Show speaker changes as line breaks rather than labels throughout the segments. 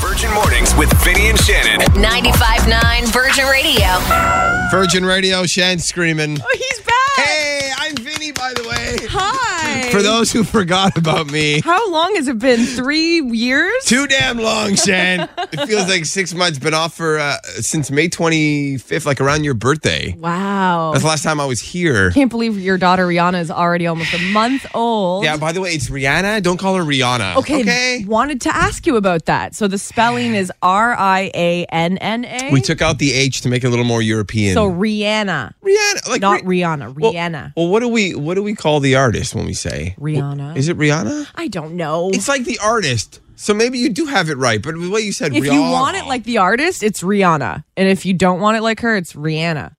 Virgin Mornings with Vinny and Shannon.
95.9 Virgin Radio.
Virgin Radio, Shan screaming.
Oh, He's back.
Hey, I'm Vinny, by the way.
Hi.
For those who forgot about me,
How long has it been? Three years?
too damn long, Shan. It feels like six months. Been off for uh, since May 25th, like around your birthday.
Wow.
That's the last time I was here.
Can't believe your daughter Rihanna is already almost a month old.
Yeah. By the way, it's Rihanna. Don't call her Rihanna.
Okay,
Okay.
Wanted to ask you about that. So the spelling is R I A N N A.
We took out the H to make it a little more European.
so Rihanna,
Rihanna, like
not
Ri-
Rihanna.
Well-
Rihanna.
Well, what do we what do we call the artist when we say
Rihanna.
Is it Rihanna?
I don't know.
It's like the artist. So maybe you do have it right, but the way you said
if
Rihanna.
you want it like the artist, it's Rihanna, and if you don't want it like her, it's Rihanna.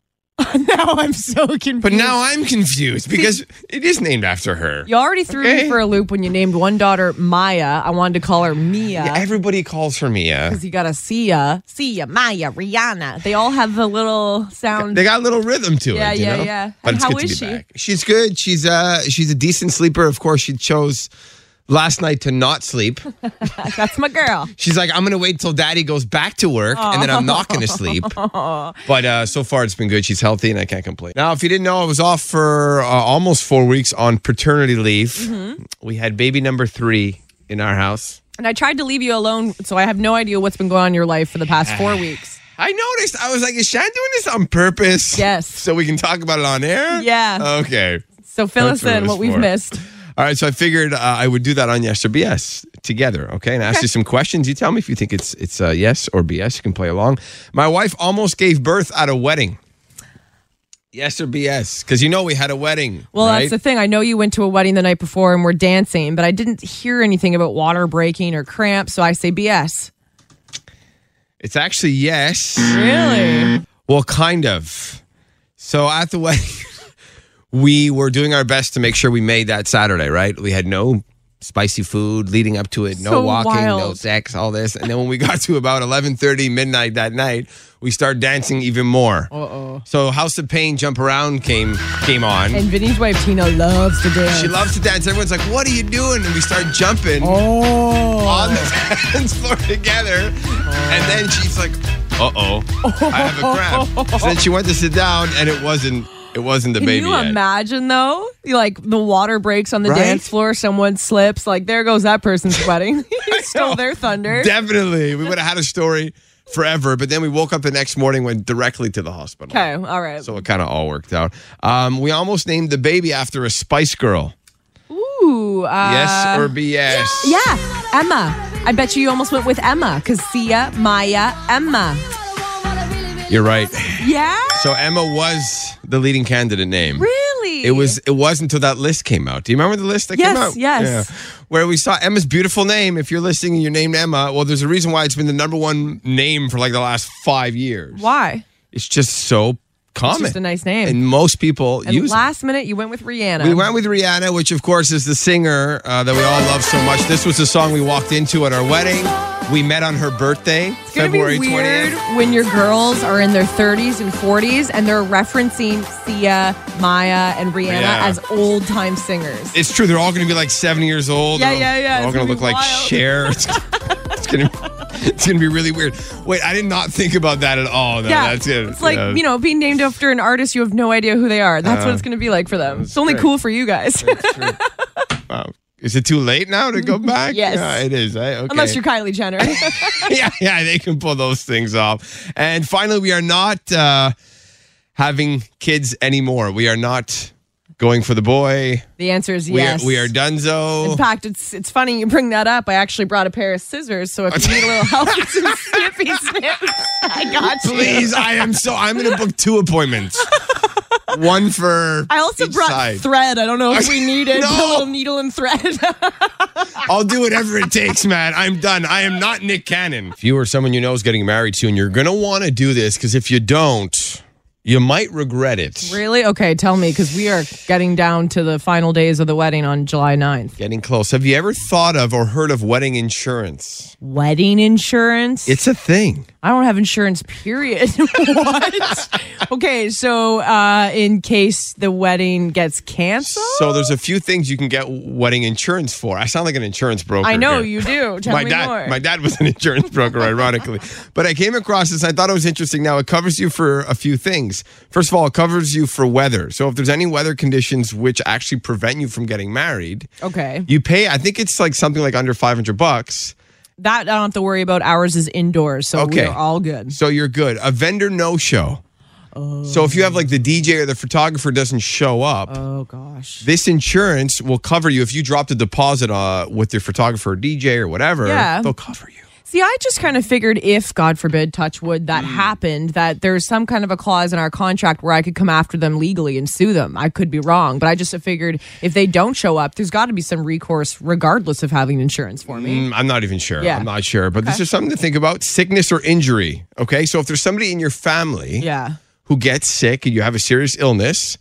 now I'm so confused.
But now I'm confused because it is named after her.
You already threw
Okay.
me for a loop when you named one daughter Maya. I wanted to call her Mia.
Yeah, everybody calls her Mia.
Because you got a Sia, Sia, Maya, Rihanna. They all have the little sound.
They got a little rhythm to
Yeah,
it. you
yeah,
know?
yeah.
But
And
it's
how
good to
is
be
she?
back. She's good. She's uh she's a decent sleeper. Of course, she chose last night to not sleep.
That's my girl.
She's like, I'm gonna wait till daddy goes back to work and then I'm not gonna sleep. But uh, so far it's been good. She's healthy and I can't complain. Now, if you didn't know, I was off for uh, almost four weeks on paternity leave.
Mm-hmm.
We had baby number three in our house.
And I tried to leave you alone, so I have no idea what's been going on in your life for the past four weeks.
I noticed. I was like, is Shan doing this on purpose?
Yes.
So we can talk about it on air?
Yeah.
Okay.
So fill
That's
us
what it
in
was
what we've
for.
missed.
All right. So I figured uh, I would do that on Yes or BS together. Okay. And ask you some questions. You tell me if you think it's it's uh, yes or BS. You can play along. My wife almost gave birth at a wedding. Yes or BS? Because you know we had a wedding.
Well,
right?
that's the thing. I know you went to a wedding the night before and we're dancing, but I didn't hear anything about water breaking or cramps, so I say BS.
It's actually yes.
Really?
Well, kind of. So at the wedding, we were doing our best to make sure we made that Saturday, right? We had no spicy food leading up to it, no
So
walking, no
wild.
sex, all this. And then when we got to about 11:30 midnight that night, we started dancing even more. Uh-oh. So House of Pain Jump Around came came on.
And Vinny's wife Tina loves to dance.
she loves to dance. Everyone's like, "What are you doing?" And we start jumping on
Oh.
the dance floor together. And then she's like, "Uh oh, I have a cramp." So then she went to sit down, and it wasn't it wasn't the
Can
baby
you
yet.
imagine though? You, Like the water breaks on the
Right?
dance floor, someone slips, like there goes that person's wedding. you stole their thunder.
Definitely, we would have had a story forever. But then we woke up the next morning, went directly to the hospital.
okay, all right.
So it kind of all worked out. Um, we almost named the baby after a Spice Girl.
Ooh, uh,
yes or BS?
yeah, Emma. I bet you you almost went with Emma because Sia, Maya, Emma.
You're right.
Yeah,
So Emma was the leading candidate name.
really.
It was. It was until that list came out. Do you remember the list that
Yes,
came out?
yes.
Where we saw Emma's beautiful name. If you're listening and you're named Emma, well, there's a reason why it's been the number one name for like the last five years.
why?
It's just so common.
just a nice name.
and most people
And
use. it.
last minute, you went with Rihanna.
We went with Rihanna, which of course is the singer uh, that we all love so much. This was the song we walked into at our wedding. We met on her birthday,
It's gonna
February
be weird
20th.
when your girls are in their 30s and 40s and they're referencing Sia, Maya, and Rihanna
Yeah.
as old time singers.
It's true. They're all going to be like 70 years old.
Yeah,
They're
yeah, yeah.
They're all
It's
going to
gonna
look
be
like
wild.
Cher. It's, it's going to it's going to be really weird. Wait, I did not think about that at all. No,
yeah,
Oh, that's it.
it's like
Yeah. Uh,
you know being named after an artist. You have no idea who they are. That's what it's going to be like for them. It's only
great.
cool for you guys,
Wow. Is it too late now to go back?
Yes.
Yeah, it is. I, okay.
unless you're Kylie Jenner.
yeah, yeah, they can pull those things off. And finally, we are not uh, having kids anymore. We are not going for the boy.
the answer is
We
yes.
are we are
In
donezo.
fact, it's it's funny you bring that up. I actually brought a pair of scissors, so if you need a little help with some snippy snips, I got you.
Please, I am so. I'm going to book two appointments. One for.
I also
each
brought
side.
thread. I don't know if we need it.
No.
but A little needle and thread.
I'll do whatever it takes, man. I'm done. I am not Nick Cannon. If you or someone you know is getting married soon, you're going to want to do this because if you don't, You might regret it.
Really? Okay, tell me because we are getting down to the final days of the wedding on July 9th.
Getting close. Have you ever thought of or heard of wedding insurance?
Wedding insurance?
It's a thing.
I don't have insurance, period. what? okay, so uh, in case the wedding gets canceled?
So there's a few things you can get wedding insurance for. I sound like an insurance broker.
I know
here.
you do. Tell
my
me
dad,
more.
my dad was an insurance broker, ironically. But I came across this. I thought it was interesting. Now it covers you for a few things. First of all, it covers you for weather. So if there's any weather conditions which actually prevent you from getting married,
okay.
you pay. I think it's like something like under five hundred bucks.
That I don't have to worry about. Ours is indoors, so
Okay.
we're all good.
So you're good. A vendor no show. So if you have like the DJ or the photographer doesn't show up,
Oh, gosh.
this insurance will cover you if you dropped a deposit uh, with your photographer or DJ or whatever.
Yeah.
they'll cover you.
See, I just kind of figured if, God forbid, touch wood,
Mm.
that happened, that there's some kind of a clause in our contract where I could come after them legally and sue them. I could be wrong, but I just figured if they don't show up, there's got to be some recourse regardless of having insurance for me.
Mm, I'm not even sure.
Yeah.
I'm not sure. But this is something to think about sickness or injury. Okay. So if there's somebody in your family
Yeah.
who gets sick and you have a serious illness,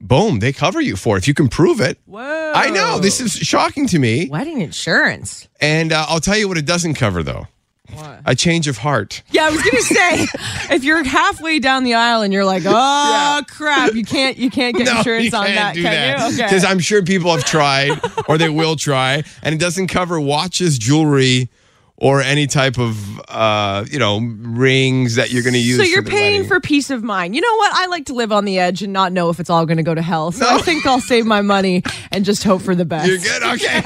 boom, they cover you for it if you can prove it.
Whoa.
I know. This is shocking to me.
Wedding insurance.
And uh, I'll tell you what it doesn't cover, though
What?
a change of heart.
Yeah, I was gonna say, if you're halfway down the aisle and you're like, oh crap, you can't, you can't get insurance on that, can you?
Because I'm sure people have tried or they will try. And it doesn't cover watches, jewelry, or any type of, uh, you know, rings that you're going to use.
So you're
for the
paying
wedding.
for peace of mind. You know what? I like to live on the edge and not know if it's all going to go to hell. So I think I'll save my money and just hope for the best.
You're good? Okay.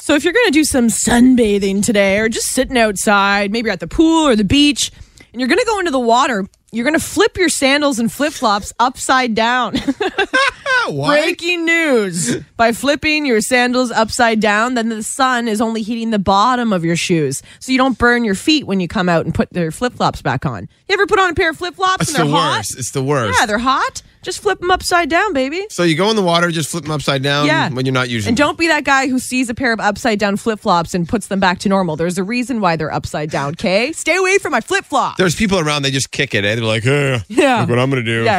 So if you're going to do some sunbathing today or just sitting outside, maybe you're at the pool or the beach, and you're going to go into the water, you're going to flip your sandals and flip-flops upside down.
Why?
Breaking news. By flipping your sandals upside down, then the sun is only heating the bottom of your shoes. So you don't burn your feet when you come out and put their flip-flops back on. You ever put on a pair of flip-flops
It's
and they're
the
hot?
worst. It's the worst.
Yeah, they're hot. Just flip them upside down, baby.
so you go in the water, just flip them upside down
Yeah.
Um, when you're not using
And
them.
don't be that guy who sees a pair of upside down flip flops and puts them back to normal. There's a reason why they're upside down, okay? Stay away from my flip flop.
There's people around, they just kick it, and they're like, eh,
Yeah.
look what I'm going to do.
Yeah,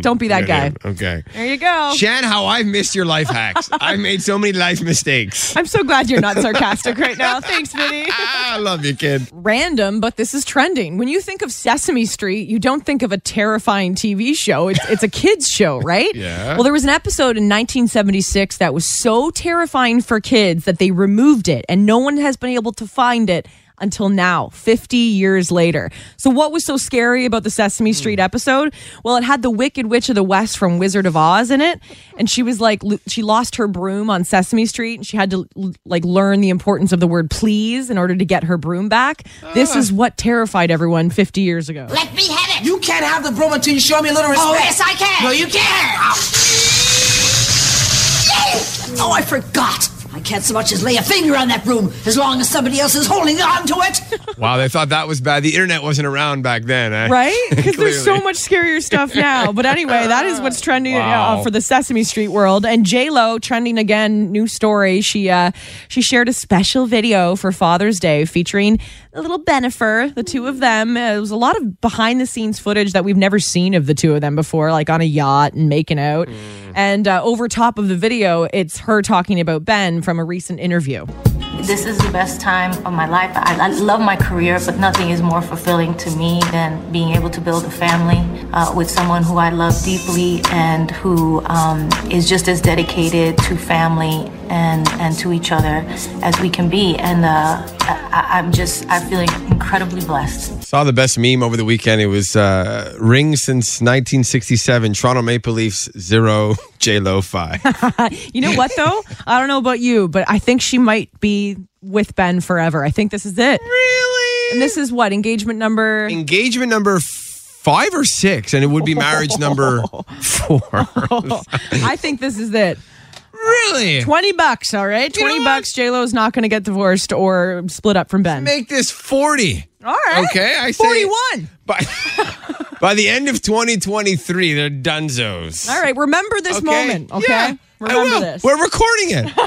Don't be that
Yeah,
guy.
yeah. Okay.
There you go.
Shan, how I've missed your life hacks. I made so many life mistakes.
I'm so glad you're not sarcastic right now. Thanks, Vinny.
Ah, I love you, kid.
Random, but this is trending. When you think of Sesame Street, you don't think of a terrifying TV show. It's, it's a kids' show, right?
Yeah.
Well, there was an episode in 1976 that was so terrifying for kids that they removed it, and no one has been able to find it until now, 50 years later. So, what was so scary about the Sesame Street episode? Well, it had the Wicked Witch of the West from Wizard of Oz in it, and she was like, lo- she lost her broom on Sesame Street, and she had to l- like learn the importance of the word please in order to get her broom back. This is what terrified everyone 50 years ago.
Let me have it.
You can't have the broom until you show me a little respect.
Oh, yes, I can.
No, you can't.
Oh, I forgot. I can't so much as lay a finger on that room as long as somebody else is holding on to it.
Wow, they thought that was bad. The internet wasn't around back then. eh?
Right? Because there's so
Clearly.
much scarier stuff now. But anyway, that is what's trending
Wow.
uh, for the Sesame Street world. And J Lo trending again. New story. She uh, she shared a special video for Father's Day featuring a little Benifer, the two of them. Uh, it was a lot of behind the scenes footage that we've never seen of the two of them before, like on a yacht and making out.
Mm.
And uh, over top of the video, it's her talking about Ben from a recent interview.
This is the best time of my life. I, I love my career, but nothing is more fulfilling to me than being able to build a family uh, with someone who I love deeply and who um, is just as dedicated to family and, and to each other as we can be. And uh, I, I- I'm just, I feel incredibly blessed.
Saw the best meme over the weekend. It was uh, ring since 1967, Toronto Maple Leafs zero, J Lo five.
You know what though? I don't know about you, but I think she might be with Ben forever. I think this is it.
really?
And this is what engagement number.
engagement number f- five or six, and it would be marriage number four.
I think this is it.
really?
Twenty bucks, all right.
know
Twenty
what?
bucks. J Lo is not going to get divorced or split up from Ben.
Make this 40.
All right.
Okay, I say-
forty-one.
By, by the end of 2023, they're dunzos.
All right. Remember this
Okay?
moment. Okay.
Yeah, I
Remember
will.
this.
We're recording it.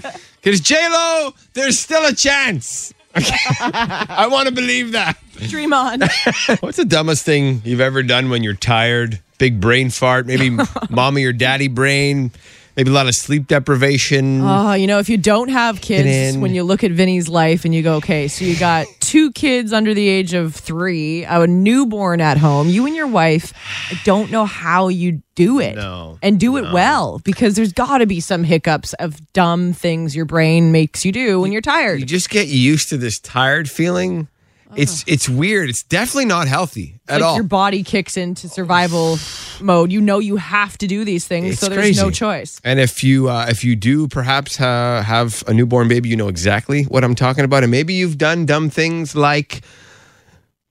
Okay? Because J-Lo, there's still a chance. Okay? I want to believe that.
Dream on.
What's the dumbest thing you've ever done when you're tired? Big brain fart, maybe mommy or daddy brain, maybe a lot of sleep deprivation.
Oh, you know, if you don't have kids,
in.
when you look at Vinny's life and you go, okay, so you got two kids under the age of three, a newborn at home, you and your wife, I don't know how you do it
No,
and do it well because there's got to be some hiccups of dumb things your brain makes you do when you're tired. Oh.
you just get used to this tired feeling. It's it's weird. It's definitely not healthy at
like
all.
your body kicks into survival mode. You know you have to do these things,
It's
so there's no
crazy.
choice.
And if you uh, if you do perhaps ha- have a newborn baby, you know exactly what I'm talking about. And maybe you've done dumb things like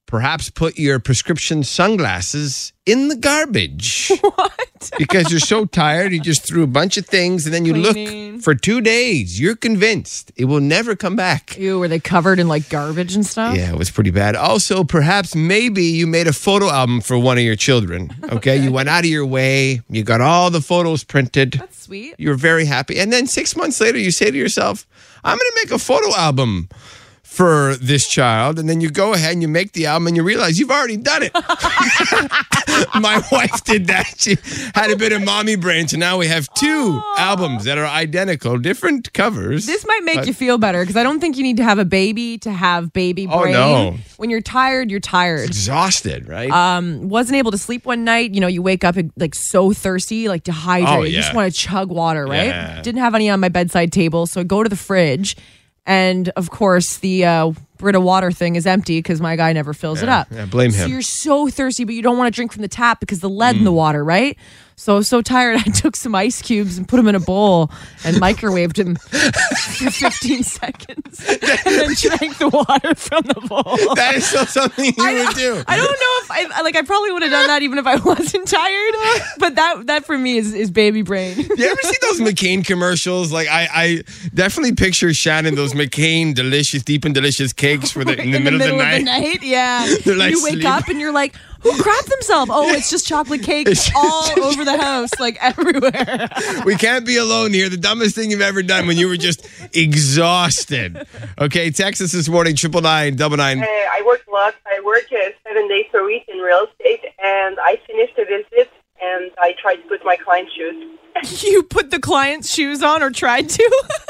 perhaps put your prescription sunglasses in the garbage. What? because you're so tired, you just threw a bunch of things, and then you
Cleaning.
look for two days. You're convinced it will never come back.
Ew, were they covered in like garbage and stuff?
Yeah, it was pretty bad. Also, perhaps maybe you made a photo album for one of your children. Okay, you went out of your way. You got all the photos printed. That's
Sweet.
You're very happy, and then six months later, you say to yourself, "I'm going to make a photo album." For this child, and then you go ahead and you make the album, and you realize you've already done it. My wife did that. She had a bit of mommy brain, so now we have two albums that are identical, different covers.
This might make you feel better because I don't think you need to have a baby to have baby
Oh,
brain.
no.
When you're tired, you're tired.
exhausted, right?
Uh, Wasn't able to sleep one night. You know, you wake up like so thirsty, like dehydrated.
Oh,
You just
yeah.
want to chug water, right?
Yeah.
Didn't have any on my bedside table, so I go to the fridge, and of course the uh, Brita water thing is empty because my guy never fills it up.
yeah, blame
So
him. Mm.
you're so thirsty, but you don't want to drink from the tap because the lead in the water, right? So I was so tired, I took some ice cubes and put them in a bowl and microwaved them for 15 seconds, and then drank the water from the bowl.
That is still something you
I
would do.
don't, I don't know if I like. I probably would have done that even if I wasn't tired. But that that for me is is baby brain.
You ever see those McCain commercials? Like I, I definitely picture Shannon those McCain delicious, deep and delicious cakes for the in the, middle, of the night.
yeah.
They're like
you wake
sleep.
up and you're like, who crapped themselves? Oh, it's just chocolate cake
It's just-
all over the house, like everywhere.
We can't be alone here. The dumbest thing you've ever done when you were just exhausted. Okay, Texas this morning, triple nine, double nine.
Uh, I work lots. I work uh, seven days per week in real estate, and I finished a visit and I tried to put my client's shoes.
you put the client's shoes on or tried to.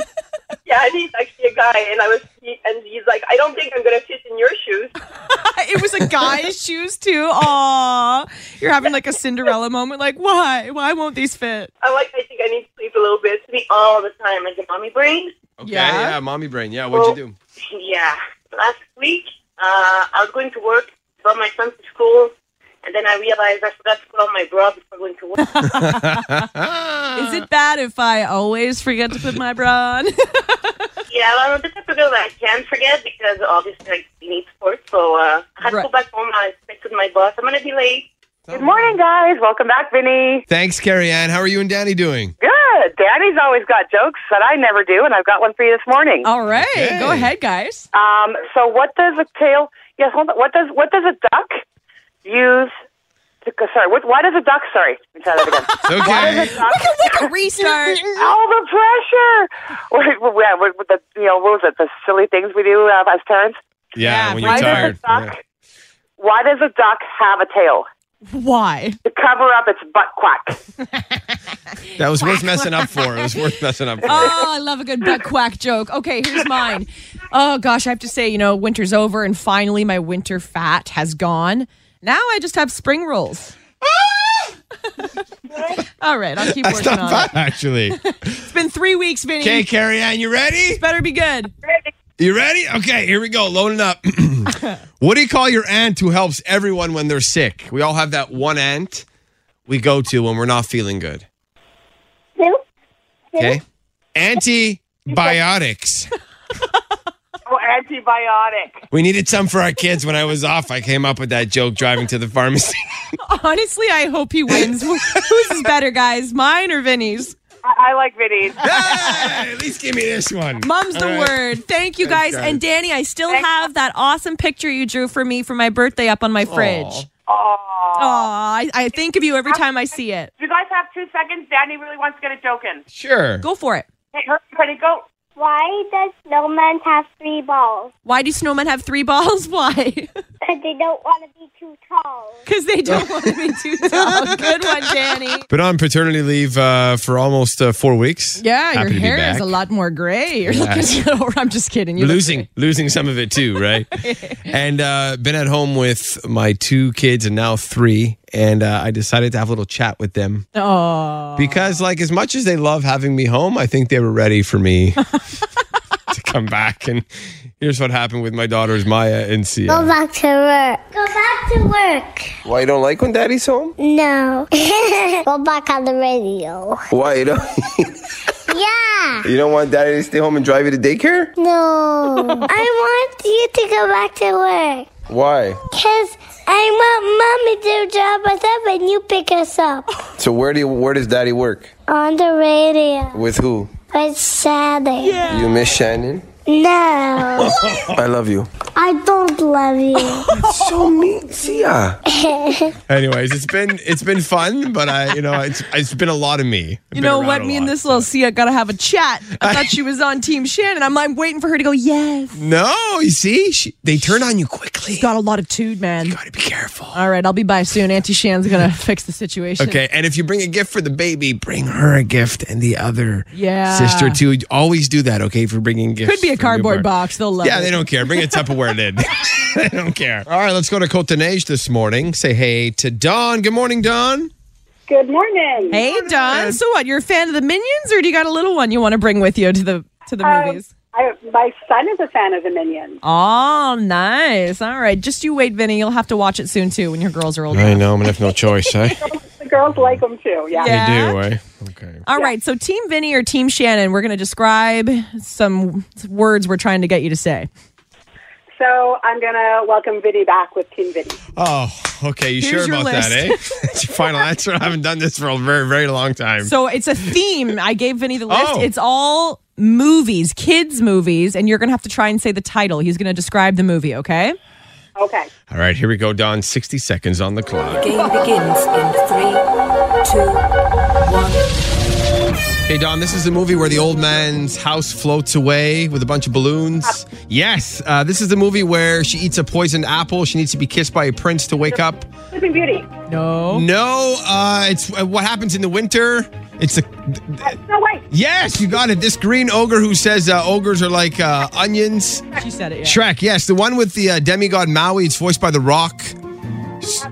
Yeah, and he's actually a guy, and I was, he, and he's like, I don't think I'm gonna fit in your shoes.
it was a guy's shoes too. Aw, you're having like a Cinderella moment. Like, why? Why won't these fit?
I'm like, I think I need to sleep a little bit. Sleep all the time as a mommy brain.
Okay,
Yeah.
mommy brain. Yeah, what'd you do?
Yeah. Last week, uh, I was going to work, brought my son to school, and then I realized I forgot to put on my bra before going to work.
Is it bad if I always forget to put my bra on?
Yeah, well, I'm a bit of a girl that I can forget because obviously like, we need support. So uh, I had
Right.
to go back home. and I expected my boss. I'm going to be late. Good morning, guys. Welcome back, Vinny.
Thanks, Carrie Ann. How are you and Danny doing?
Good. Danny's always got jokes that I never do, and I've got one for you this morning.
All right,
Okay.
go ahead, guys.
Um, so what does a tail? Yes, hold on. What does what does a duck use? To, sorry, what, why does a duck? Sorry, let me try that again.
Okay.
Like a restart.
All the pressure. What, what, what, what the, you know, what was it? The silly things we do uh, as parents.
Yeah,
Yeah,
when you're
why does it
tired.
suck? Why does a duck have a tail?
Why?
To cover up its butt quack.
Yeah. That was worth messing up for. It was worth messing up for.
Oh, I love a good butt quack joke. Okay, here's mine. Oh gosh, I have to say, you know, winter's over, and finally my winter fat has gone. Now I just have spring rolls. All right, I'll keep
That's not
working on
bad,
it.
actually.
It's been three weeks, Vinny.
Okay, Carrie Ann, you ready?
Better be good.
You ready? Okay, here we go. Loading up. what do you call your aunt who helps everyone when they're sick? We all have that one aunt we go to when we're not feeling good. Okay. Antibiotics.
Oh, antibiotic.
We needed some for our kids when I was off. I came up with that joke driving to the pharmacy.
Honestly, I hope he wins. Wh- Whose is better, guys? Mine or Vinny's?
I, I like Vinny's.
Hey, at least give me this one.
Mum's the
All right.
word. Thank you, guys.
Thanks, guys.
And Danny, I still have that awesome picture you drew for me for my birthday up on my fridge. Aw, I, I think of you every time I see it.
You guys have two seconds. Danny really wants to get a joke in.
Sure.
Go for it.
Hey, hurry, ready, go.
Why does snowman have three balls?
Why do snowmen have three balls? Why?
Because they don't want to be too tall.
because they don't want to be too tall. Good one, Danny.
Been on paternity leave uh, for almost uh, four weeks.
Yeah,
Happy to
your
be
hair is
back.
a lot more gray. You're
Yes.
looking over. I'm just kidding. You look
losing
great.
losing some of it too, right? and uh, been at home with my two kids and now three, and uh, I decided to have a little chat with them
Oh,
because, like, as much as they love having me home, I think they were ready for me to come back. And here's what happened with my daughters, Maya and
Go
Sia.
back to work. Go back to work.
Why you don't like when Daddy's home?
No. Go back on the radio.
Why you don't?
Yeah.
you don't want Daddy to stay home and drive you to daycare?
No. I want you to go back to work.
Why?
Because I want mommy to drop us up and you pick us up.
So where do you, where does Daddy work?
On the radio.
With who?
It's Saturday.
You miss Shannon?
No.
I love you.
I don't love you.
so mean, Sia. Anyways, it's been it's been fun, but I you know it's it's been a lot of me.
you know what? Me and this little Sia got to have a chat. I thought she was on Team Shannon. I'm, I'm waiting for her to go. Yes,
No, you see, she, they turn on you quickly.
got a lot of tood, man.
Gotta be careful.
All right, I'll be by soon. Auntie Shan's gonna fix the situation.
Okay, and if you bring a gift for the baby, bring her a gift and the other
Yeah.
sister too. Always do that, okay? If you're bringing gifts,
Could be a
for
cardboard
newborn.
box. They'll love
Yeah,
it.
they don't care. Bring a Tupperware lid. they don't care. All right, let's go to Cote d'Ange this morning. Say hey to Don. Good morning, Don.
Good morning.
Hey, Don. So what? You're a fan of the Minions, or do you got a little one you want to bring with you to the to the
Um,
movies?
I, my son is a fan of the Minions.
Oh, nice. All right, just you wait, Vinny. You'll have to watch it soon too when your girls are older.
know, I'm gonna have no choice, eh?
The girls like them too. Yeah.
Yeah.
You do, eh? Okay.
All right, so Team Vinny or Team Shannon, we're going to describe some words we're trying to get you to say.
So I'm gonna welcome Vinny back with Team Vinny.
Oh, okay. You
Here's
sure
your
about that, eh? That's your final answer. I haven't done this for a very, very long time.
So it's a theme. I gave Vinny the list.
Oh.
It's all movies, kids' movies, and you're going to have to try and say the title. He's going to describe the movie, okay?
Okay.
All right, here we go, Don. 60 seconds on the clock.
Game begins in three, two, one.
Hey, Don, this is the movie where the old man's house floats away with a bunch of balloons. Yes, uh, this is the movie where she eats a poisoned apple. She needs to be kissed by a prince to wake up.
Sleeping Beauty.
No.
No, uh, it's uh, what happens in the winter. It's a
No wait.
Yes, you got it. This green ogre who says uh, ogres are like uh, onions.
She said it. Yeah.
Shrek, yes. The one with the uh, demigod Maui. It's voiced by The Rock.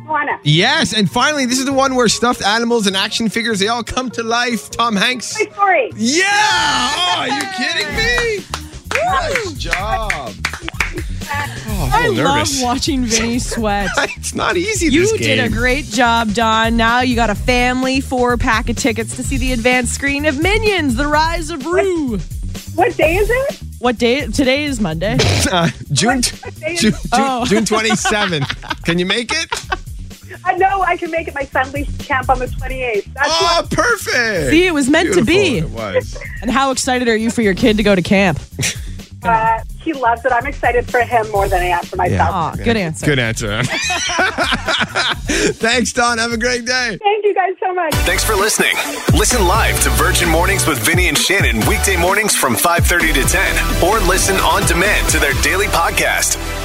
Moana.
Yes. And finally, this is the one where stuffed animals and action figures, they all come to life. Tom Hanks.
Toy Story.
Yeah. Oh, are you kidding me? Nice job. Oh, I
I
feel nervous.
love watching Vinny sweat.
it's not easy
You
this
did a
game.
great job, Don. Now you got a family four pack of tickets to see the advanced screen of Minions: The Rise of Rue.
What day is it?
What day? Today is Monday.
Uh, June, t- June, June,
Oh.
June 27th. Can you make it?
I know I can make it. My son leaves camp on the 28th. That's what
Oh, perfect.
See, it was meant to be.
Beautiful, It was.
And how excited are you for your kid to go to camp?
uh, he loves it. I'm excited for him more than I am for myself.
Aw, good answer.
Good answer. Thanks, Don. Have a great day.
Thank you guys so much.
Thanks for listening. Listen live to Virgin Mornings with Vinny and Shannon weekday mornings from 5:30 to 10 or listen on demand to their daily podcast.